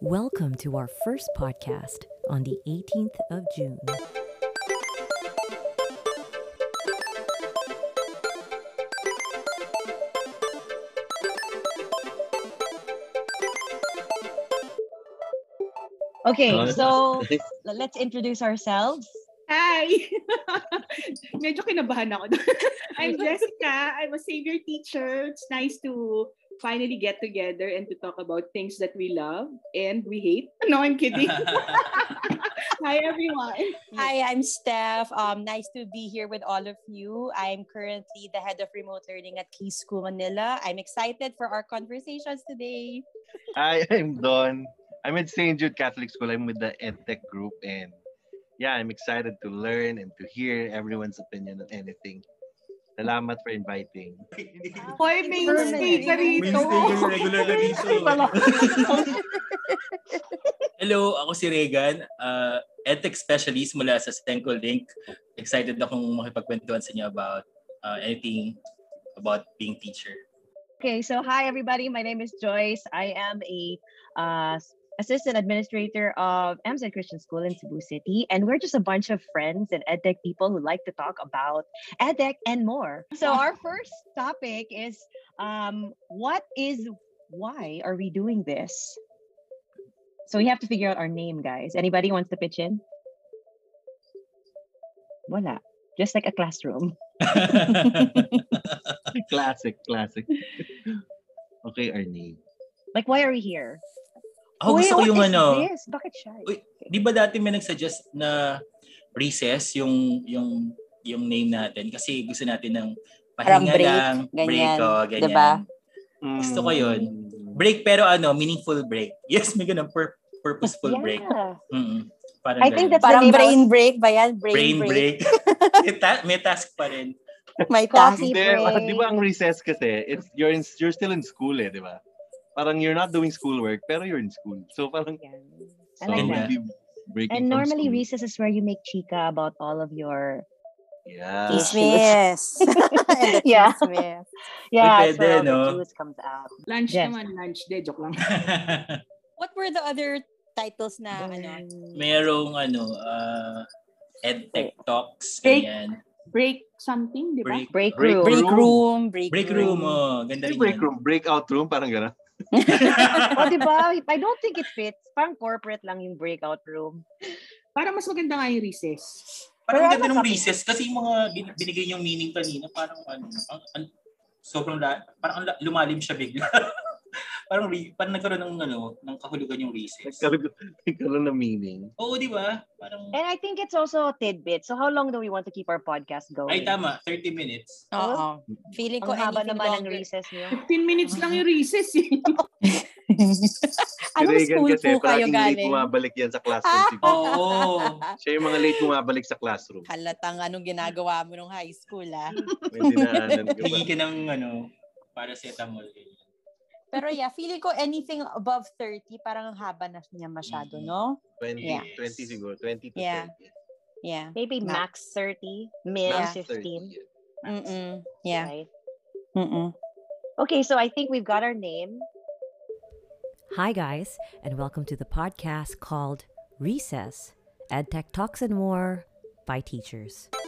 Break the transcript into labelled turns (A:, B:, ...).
A: Welcome to our first podcast on the 18th of June.
B: Okay,
C: Oh,
B: so l- let's introduce ourselves.
D: Hi! Medyo kinabahan ako. I'm Jessica. I'm a savior teacher. It's nice to finally get together and to talk about things that we love and we hate. No, I'm kidding. Hi, everyone.
E: Hi, I'm Steph. Um, nice to be here with all of you. I'm currently the head of remote learning at Key School Manila. I'm excited for our conversations today.
C: Hi, I'm Don. I'm at St. Jude Catholic School. I'm with the EdTech group and yeah, I'm excited to learn and to hear everyone's opinion on anything. Salamat for inviting.
D: Hoy, main
E: Permanent.
D: stage na
E: Main
D: rito.
E: stage
F: yung regular na dito. Hello, ako si Regan, uh, EdTech specialist mula sa Stenco Link. Excited akong makipagkwentuhan sa inyo about uh, anything about being teacher.
B: Okay, so hi everybody. My name is Joyce. I am a uh, assistant administrator of MZ Christian School in Cebu City, and we're just a bunch of friends and edtech people who like to talk about edtech and more. So our first topic is um, what is why are we doing this? So we have to figure out our name, guys. Anybody wants to pitch in? Voila. Just like a classroom.
C: Classic, classic. Okay, Arnie.
B: Like, why are we here?
F: ako Oh, gusto ko
B: Uy,
F: yung
B: what is
F: ano,
B: this? Bakit siya?
F: Uy, di ba dati may nagsuggest na recess yung yung yung name natin kasi gusto natin ng
E: Parang
F: pahinga
E: break,
F: lang, break,
E: ganyan,
F: oh, ganyan.
E: diba?
F: Gusto ko yun. Break pero ano, meaningful break. Yes, may ganun, pur- purposeful break. Mm-mm. Parang
B: I think
F: ganun.
B: that's the
E: Parang
B: name
E: brain break ba yan? Brain,
F: brain
E: break.
F: break. may, ta- may task pa rin.
E: My task.
B: Coffee
C: Hindi, ah,
B: break.
C: di ba ang recess kasi, it's, you're, in, you're still in school eh, di ba? Parang you're not doing schoolwork, pero you're in school. So parang,
B: Yan. I
C: so
B: like
F: Ganda.
B: that.
C: maybe breaking
B: And
C: from
B: normally
C: school.
B: recess is where you make chica about all of your
C: Yeah.
E: Chismis. And the
B: Yeah.
E: chismis.
B: yeah,
F: pwede,
B: it's where all the
F: no?
B: juice comes out.
D: Lunch
B: Yes.
D: naman, lunch. De, joke lang.
E: What were the other titles na ano?
B: Mm.
F: Merong ano, uh, EdTech Talks,
D: Break.
F: ganyan.
D: Break something, di ba?
F: Break,
B: Break
C: Break
B: room.
E: ano? Break room. Break,
F: break room, oh.
C: Hindi
F: Ganda rin
C: break
F: yan.
C: room, breakout room, parang gano'n.
B: oh, di ba? I don't think it fits. Parang corporate lang yung breakout room.
D: Para mas maganda nga yung recess.
F: Parang
B: Wala
F: ang ganda
B: na
F: ng
B: sa akin.
F: recess kasi yung mga bin- binigay niyong meaning kanina, parang ano, ang, ang, sobrang la, parang ang la- lumalim siya bigla. parang, re, parang nagkaroon ng ano, ng kahulugan yung recess.
C: Nagkaroon nagkaroon ng meaning.
F: Oo, di ba? Parang,
B: And I think it's also tidbit. So how long do we want to keep our podcast going?
F: ay tama, 30 minutes.
E: Oo. Feeling ko
B: Ang haba
E: anything
B: naman ng
E: longer.
B: recess niyo.
D: 15 minutes lang yung recess. Eh.
E: Anong
C: Reagan
E: school po kayo
C: palaging late
E: galing?
C: bumabalik yan sa classroom. siguro.
F: Oo.
C: Siya yung mga late bumabalik sa classroom.
E: Halatang anong ginagawa mo nung high school ah.
C: May dinaanan ka ba?
F: Hingi ka ng ano, para sa etamol.
E: Pero yeah, feeling ko anything above 30, parang ang haba na niya masyado, no?
C: 20,
E: Yeah.
C: 20 siguro. 20 to
E: Yeah.
C: 30.
E: Yeah.
B: Maybe max 30, min
C: Max
B: 15.
C: 30.
E: Mm-mm. Yeah.
B: Right?
E: Mm-mm.
B: Okay, so I think we've got our name.
A: Hi, guys, and welcome to the podcast called Recess EdTech Talks and More by Teachers.